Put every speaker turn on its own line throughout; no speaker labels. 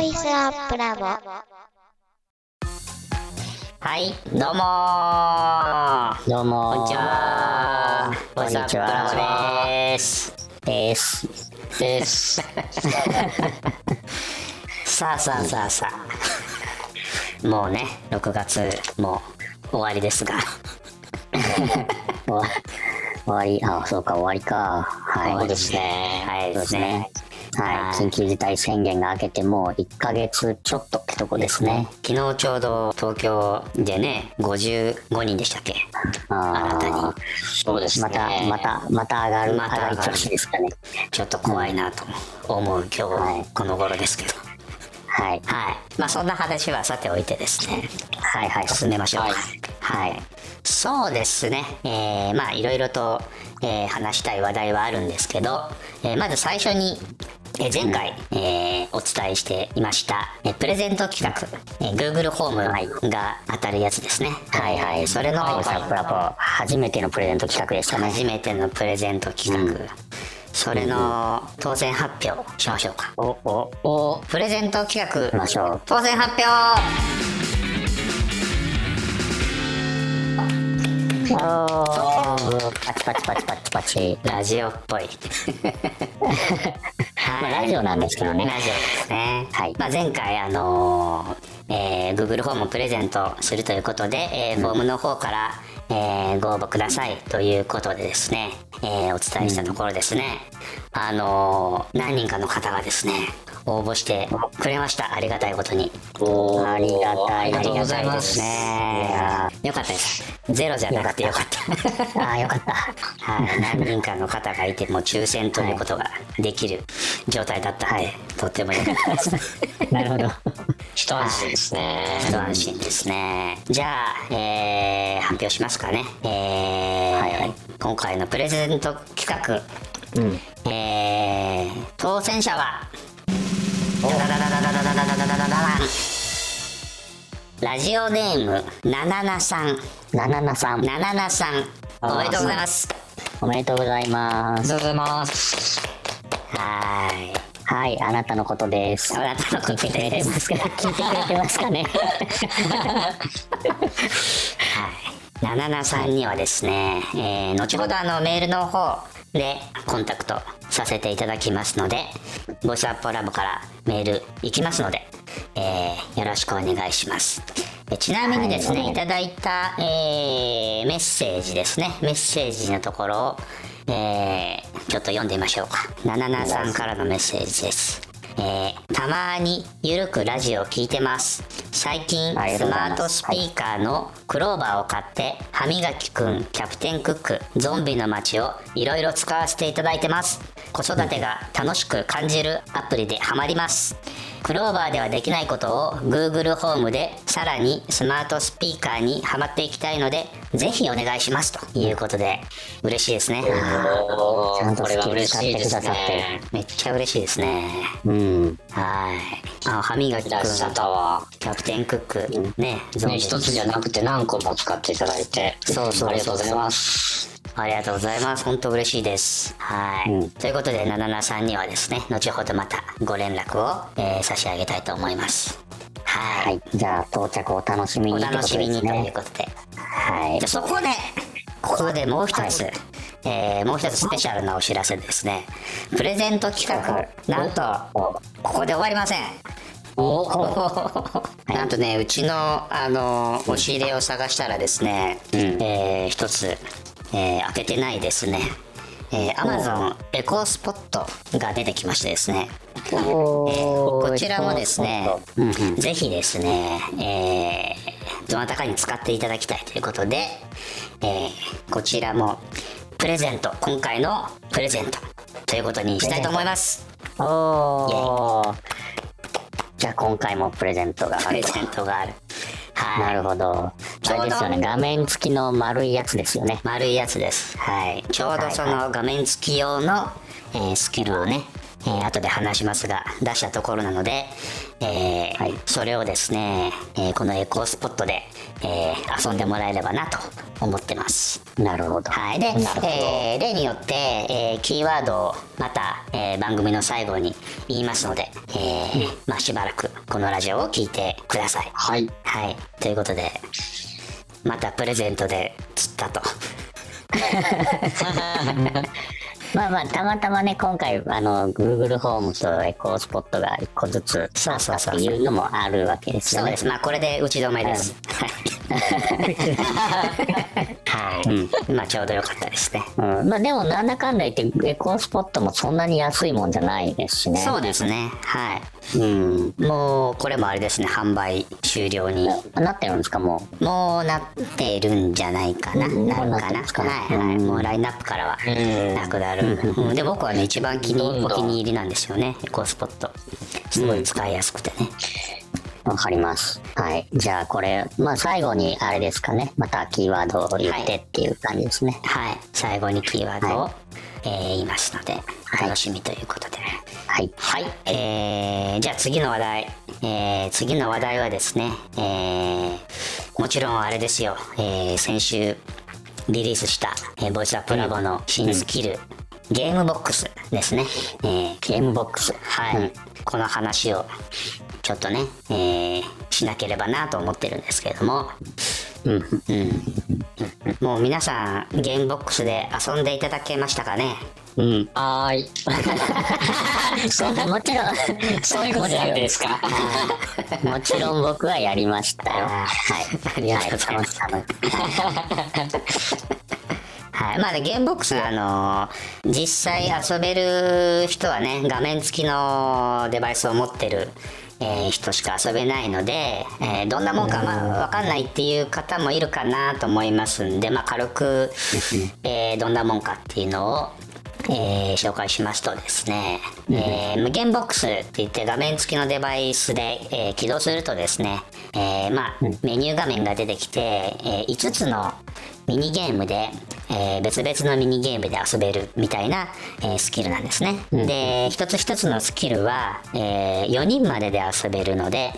イスアップラボ
はい、どうもー
どうもー
こんにちは
こんにちは
でーす
です。
です さあさあさあさあもうね、6月も終わり ですが
終わ終わり、あ、そうか、終わりか。はい。
そうですね
はい、
そう
そう
で
で
ね
すすね。
は
はいい。緊急事態宣言が明けてもう1ヶ月ちょっとってとこですね。
昨日ちょうど東京でね、55人でしたっけ新
あ
たにそうですね
また、また、また上がる、
また上がる
上がり調子ですかね。
ちょっと怖いなと思う今日、
はい
この頃ですけど
はい。
はい。まあそんな話はさておいてですね。
はいはい。
進めましょう。はい。そうですね。えー、まあいろいろと、えー話したい話題はあるんですけど、えーまず最初に、えー前回、えーお伝えしていました、えープレゼント企画、えー Google ホームが当たるやつですね。
はいはい。
それの、
はいサプラポ、初めてのプレゼント企画でしたね。
初めてのプレゼント企画、それの当選発表しましょうか。
お、お、
おプレゼント企画
きましょう
当選発表
おーパチパチパチパチパチ。
ラジオっぽい
まあラジオなんですけどね
ラジオですね、
はい
まあ、前回あのーえー Google ホームをプレゼントするということで、えーフォームの方から、えーご応募くださいということでですね、えーお伝えしたところですね、あのー何人かの方がですね応募してくれましたありがたいことに
おーありがたい
ありがとうございます
あり
ね
がたいですいやー
よかったです。ゼロじゃなくてよかった。 ああ、よかった。はい、何人かの方がいて、もう抽選ということができる状態だったんで、とってもよかったです。
なるほど。
一安心ですね。一安心ですね。じゃあ、えー発表しますかね。えー今回のプレゼント企画、えー当選者は、ダダダダダダダダダダダダダラジオネーム、ナナナさん。
ナナナさん、
ナナナさん、おめでとうございます。
おめでとうございま
お
す。
とうございます。はーい。
はい、あなたのことです。
あなたのこと
聞いて
で。
ますすか聞いてくれてますかね
はい。ナナナさんにはですね、えー後ほどあのメールの方でコンタクトさせていただきますので、ボイスアップラボからメール行きますので、えーよろしくお願いします。えちなみにですね、
はい
いただいた、えーメッセージですね、メッセージのところを、えーちょっと読んでみましょうか。ナナナさんからのメッセージです。えーたまにゆるくラジオを聞いてます。最近
あ
ス
りがとうござ
マ
い
ー
ます
トスピーカーのクローバーを買って歯磨きくんキャプテンクックゾンビの街をいろいろ使わせていただいてます子育てが楽しく感じるアプリでハマりますクローバーではできないことを Google ホームでさらにスマートスピーカーにハマっていきたいのでぜひお願いしますということで嬉しいですね
ちゃんと好きに使ってくださってる。
めっちゃ嬉しいですね
うん。
はい。あ、歯磨きくん。キャプテンクック。ね、ゾンビ。一つじゃなくて何個も使っていただいて。そうそう。ありがとうございます。ありがとうございます。本当嬉しいです。はい。ということで、ナナナさんにはですね、後ほどまたご連絡を、えー差し上げたいと思います。はい。
はい。じゃあ、到着をお楽しみ
お
にってこ
楽
と
し
で
みに
す
という
ね。
ことで。
はい
じゃあ。そこで、ここでもう一つ、えーもう一つスペシャルなお知らせですね。プレゼント企画、なんと、ここで終わりません。なんとね、うちの、あの、押し入れを探したらですね、えー一つ、えー開けてないですね、えー、Amazon エコースポットが出てきましてですね、
おー
こちらもですね、ぜひですね、えー、どなたかに使っていただきたいということで、えーこちらもプレゼント、今回のプレゼントということにしたいと思います。
おーじゃあ、今回もプレゼントがあ
プレ
る
ゼントがある。
と。な
はい。
るほど。
ちょうど
あれですよね。画面付きの丸いやつですよね。
丸いやつです。はい。ちょうどその画面付き用の、えースキルをね、えー後で話しますが出したところなので、えーそれをですね、えーこのエコースポットで、えー遊んでもらえればなと思ってます。
なるほど。
はい、で、えー例によって、えーキーワードをまた、えー番組の最後に言いますので、えーまあ、しばらくこのラジオを聞いてください。
はい。
はい、ということでまたプレゼントで釣ったと。
まあまあ、たまたまね、今回、あの、Google ホームとエコースポットが一個ずつ、
そうそうそう
っていうのもあるわけです
そ
よ
う
ね
で。す。まあこれで打ち止めです。はい。はい。まあちょうど良かったですね。
うん、まあでも、なんだかんだ言って、エコースポットもそんなに安いもんじゃないですしね。
そうですね。はい。うん。もうこれもあれですね。販売終了に。
なってるんですか、も
もうなってるんじゃないかな。
うん
なる
もうなっ
か
て
な。
ますか
はいはい。もうラインナップからは
うん
なくなる。うんで、僕はね、一番気に
どん
お
どん
気に入りなんですよね。エコースポット。すごい使いやすくてね。
う。わかります。はい。じゃあ、これ、まあ最後に、あれですかね。またキーワードを言ってっていう感じですね。
はい。最後にキーワードを、
は
えー言いますので、
い
楽しみということで。
はい。
はい、えー、じゃあ次の話題、えー、次の話題はですね、えー、もちろんあれですよ、えー、先週リリースした、えーボイスアップラボの新スキル、ゲームボックスですね、えー、ゲームボックスはい、この話をちょっとね、えー、しなければなと思ってるんですけれどもうんうんもう皆さんゲームボックスで遊んでいただけましたかね
うん。はー い。そう、もちろん、そういうことじゃないですか。もちろん僕はやりましたよ。
あ
はい。
ありがとうございます
はい楽しかっ
はい、まあね、ゲームボックスは、あのー実際遊べる人はね、画面付きのデバイスを持ってる、えー人しか遊べないので、えーどんなもんか、まあ、わかんないっていう方もいるかなと思いますんで、まあ、軽く、えーどんなもんかっていうのを、えー紹介しますとですね、えー、無限ボックスって言って画面付きのデバイスで、えー起動するとですね、えーまあ、メニュー画面が出てきて、え5つのミニゲームで、えー別々のミニゲームで遊べるみたいな、えースキルなんですね。で一つ一つのスキルは、え4人までで遊べるので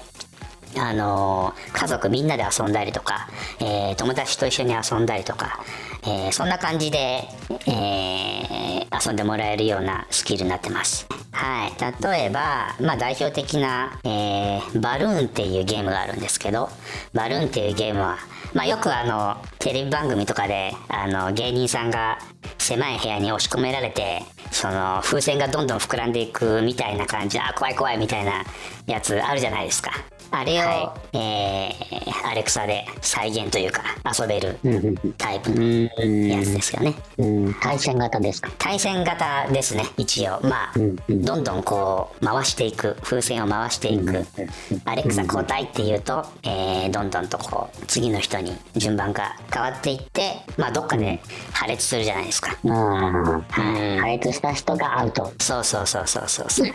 あのー家族みんなで遊んだりとか、えー友達と一緒に遊んだりとか、えーそんな感じで、えー遊んでもらえるようなスキルになってます。はい、例えば、まあ、代表的な、えーバルーンっていうゲームがあるんですけどバルーンっていうゲームは、まあ、よくあのテレビ番組とかであの芸人さんが狭い部屋に押し込められてその風船がどんどん膨らんでいくみたいな感じあ怖い怖いみたいなやつあるじゃないですかあれを、えーアレクサで再現というか遊べるタイプのやつですよね
たうん。対戦型ですか。
対戦型ですね一応まあ、どんどんこう回していく風船を回していく、アレクサ交代っていうと、えーどんどんとこう次の人に順番が変わっていってまあどっかで破裂するじゃないですか、
うん。
はい
破裂した人がアウト。
そうそうそうそうそうそうアウ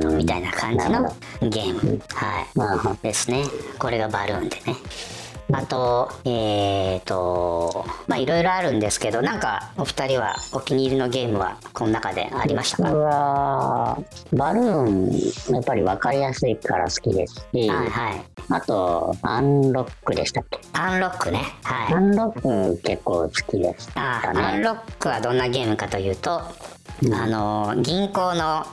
トみたいな感じ
なる
のゲームはい
う
ですねこれがバルーンでねあとえーとまあいろいろあるんですけどなんかお二人はお気に入りのゲームはこの中でありましたか
うわーバルーン、やっぱり分かりやすいから好きですし、
はいはい
あと、アンロックでしたっけ
アンロックねはい
アンロック結構好きです。
あ
だね
アンロックはどんなゲームかというと、あの銀行の、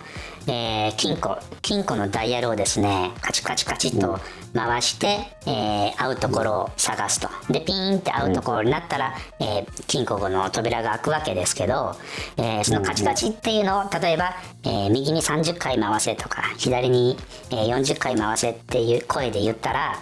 えー金庫金庫のダイヤルをですねカチカチカチっと回して、えー会うところを探すとでピーンって会うところになったら、えー金庫の扉が開くわけですけど、えーそのカチカチっていうのを例えば、えー右に30回回せとか左に、えー40回回せっていう声で言ったら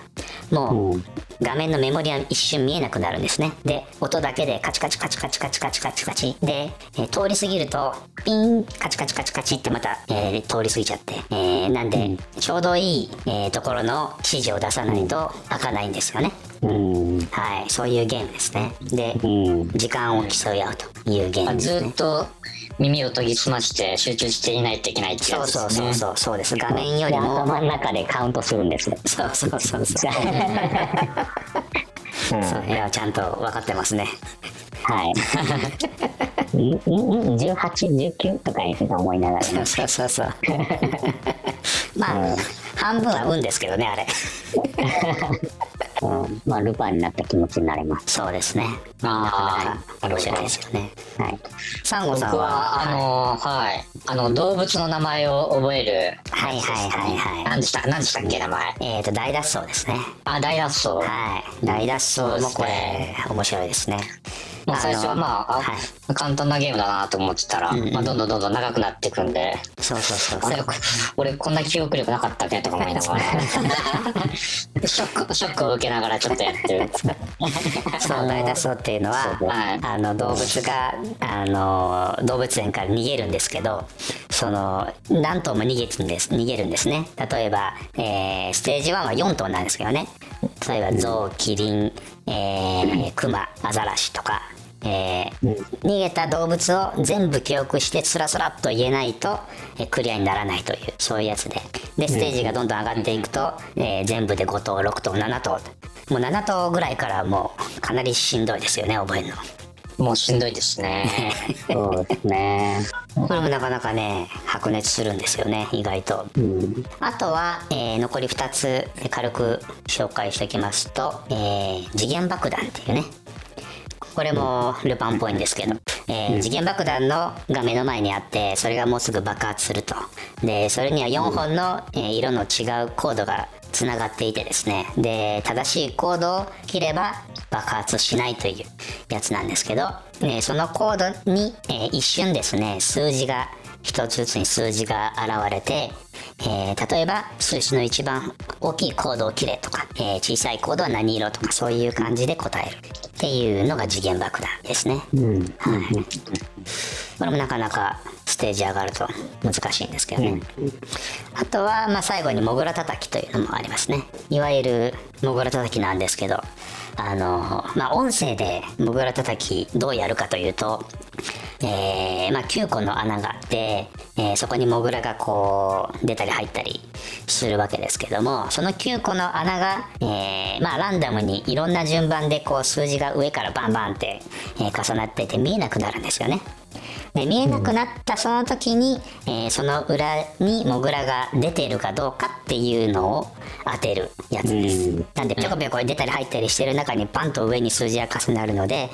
もう、画面のメモリは一瞬見えなくなるんですねで音だけでカチカチカチカチカチカチカチカチで、えー通り過ぎるとピンカチカチカチカチってまた、えー通り過ぎちゃって、えーなんでちょうどいい、えーところの指示を出さないと開かないんですよね
うん。
はいそういうゲームですねで
うん。
時間を競い合うというゲームです
ず
ね
っと耳を研ぎ澄まして集中していないといけないって
そ
や
う
つですね
そうそうそうそうです画面よ
で
りも
頭の中でカウントするんですよ。
そうそうそうそうそういやちゃんと分かってますね
はい。
うん18、19とかですね、思いながらね。
そうそうそう。まあ、半分は運ですけどね、あれ。
うん、まあ、ルパンになった気持ちになれます。
そうですね。
ああ、
面白いですよね。
はい。
サンゴさん
僕
は、
は、あのーはい。あの、動物の名前を覚える。
はいはいはいは
何でした何でしたっけ、名前。
い。えっ、と、大脱走ですね。
あ、大脱走。
はい。大脱走もこれ、面白いですね。
もう最初はまあ、あ
はい
簡単なゲームだなと思ってたら、まあ、どんどんどんどん長くなっていくんで、
そうそうそう
あ。れ、こ俺こんな記憶力なかったっけとか思いな がら、ショック、ショックを受けながらちょっとやってる。
そう大脱走っていうのは、
はい
あの動物があの動物園から逃げるんですけどその何頭も逃げてんです逃げるんですね例えば、えーステージ1は4頭なんですけどね例えばゾウキリン、えークマアザラシとか、えー逃げた動物を全部記憶してスラスラっと言えないと、えークリアにならないというそういうやつででステージがどんどん上がっていくと、えー全部で5頭6頭7頭もう7頭ぐらいからもうかなりしんどいですよね覚えるの
もうしんどいですね。
そうですね。
これもなかなかね白熱するんですよね意外と、あとは、えー残り2つえー軽く紹介しておきますと、えー次元爆弾っていうねこれもルパンっぽいんですけど、えー次元爆弾のが目の前にあってそれがもうすぐ爆発するとでそれには4本の、えー色の違うコードがつながっていてですねで正しいコードを切れば爆発しないというやつなんですけど、えーそのコードに、えー一瞬ですね数字が一つずつに数字が現れて、えー例えば数字の一番大きいコードを切れとか、えー小さいコードは何色とかそういう感じで答えるっていうのが次元爆弾ですね、はい、これもなかなかステージ上がると難しいんですけどね、あとは、まあ、最後にモグラ叩きというのもありますねいわゆるモグラ叩きなんですけどあのまあ音声でモグラ叩きどうやるかというとえーまあ、9個の穴があって、えーそこにモグラがこう出たり入ったりするわけですけどもその9個の穴が、えーまあ、ランダムにいろんな順番でこう数字が上からバンバンって、えー重なっていて見えなくなるんですよね。で見えなくなったその時に、えーその裏にモグラが出てるかどうかっていうのを当てるやつです、なんでぴょこぴょこ出たり入ったりしてる中にパンと上に数字が重なるので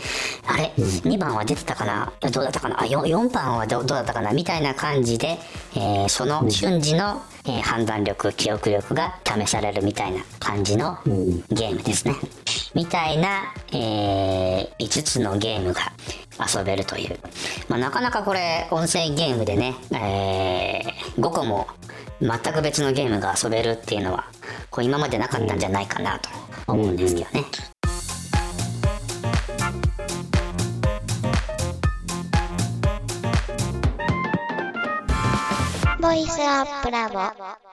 あれ2番は出てたかなどうだったかなあ 4, 4番はどどうだったかなみたいな感じで、えーその瞬時の、えー判断力記憶力が試されるみたいな感じのゲームですね、みたいな、え5つのゲームが遊べるという、まあ、なかなかこれ音声ゲームでね、え5個も全く別のゲームが遊べるっていうのはこう今までなかったんじゃないかなと思うんですけどね、
ボイスアップラボ